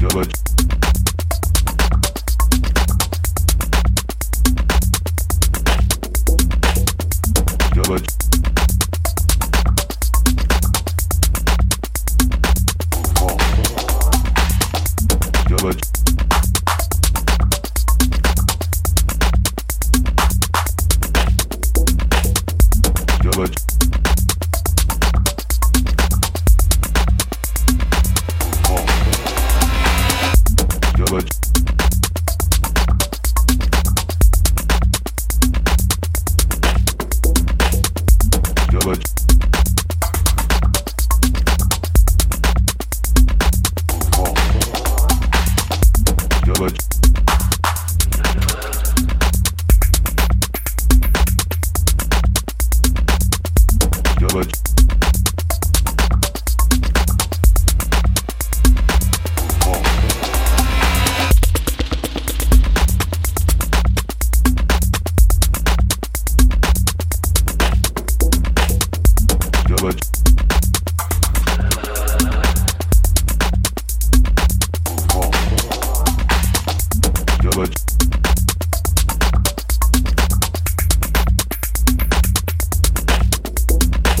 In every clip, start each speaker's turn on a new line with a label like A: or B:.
A: давать. Давать. Давать. Давать. Давать. Давать. Давать. Давать. Давать. Давать. Давать.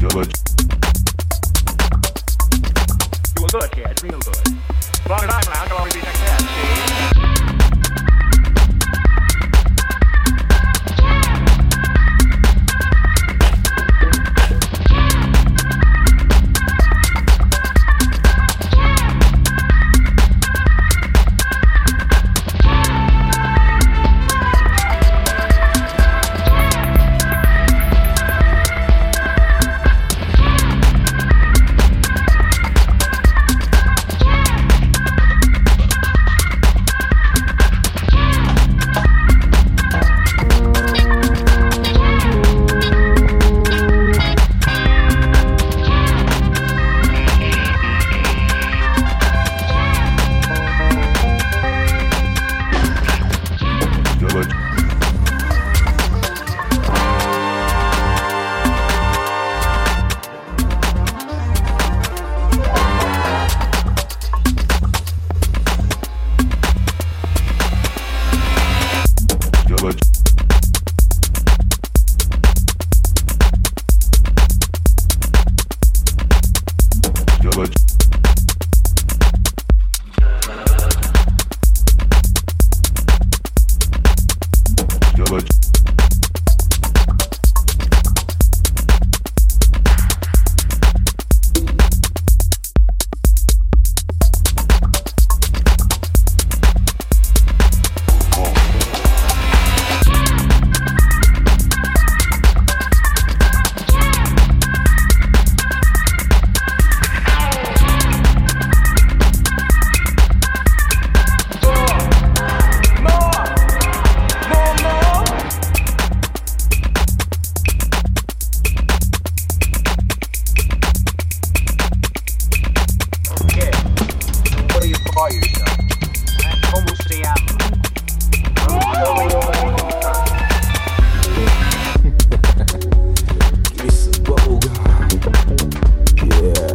B: You were good, kid. Real good. As long as I'm around, you'll always be next to see?
A: Давать. Давать. Давать. Давать.
B: ¿Cómo se llama?
C: Give me some bubble gum. Yeah.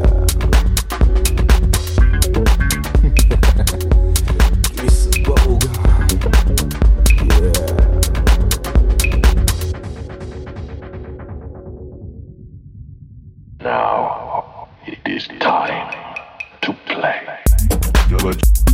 C: Give me some bubble gum. Yeah.
D: Now it is time to play.
A: Давать.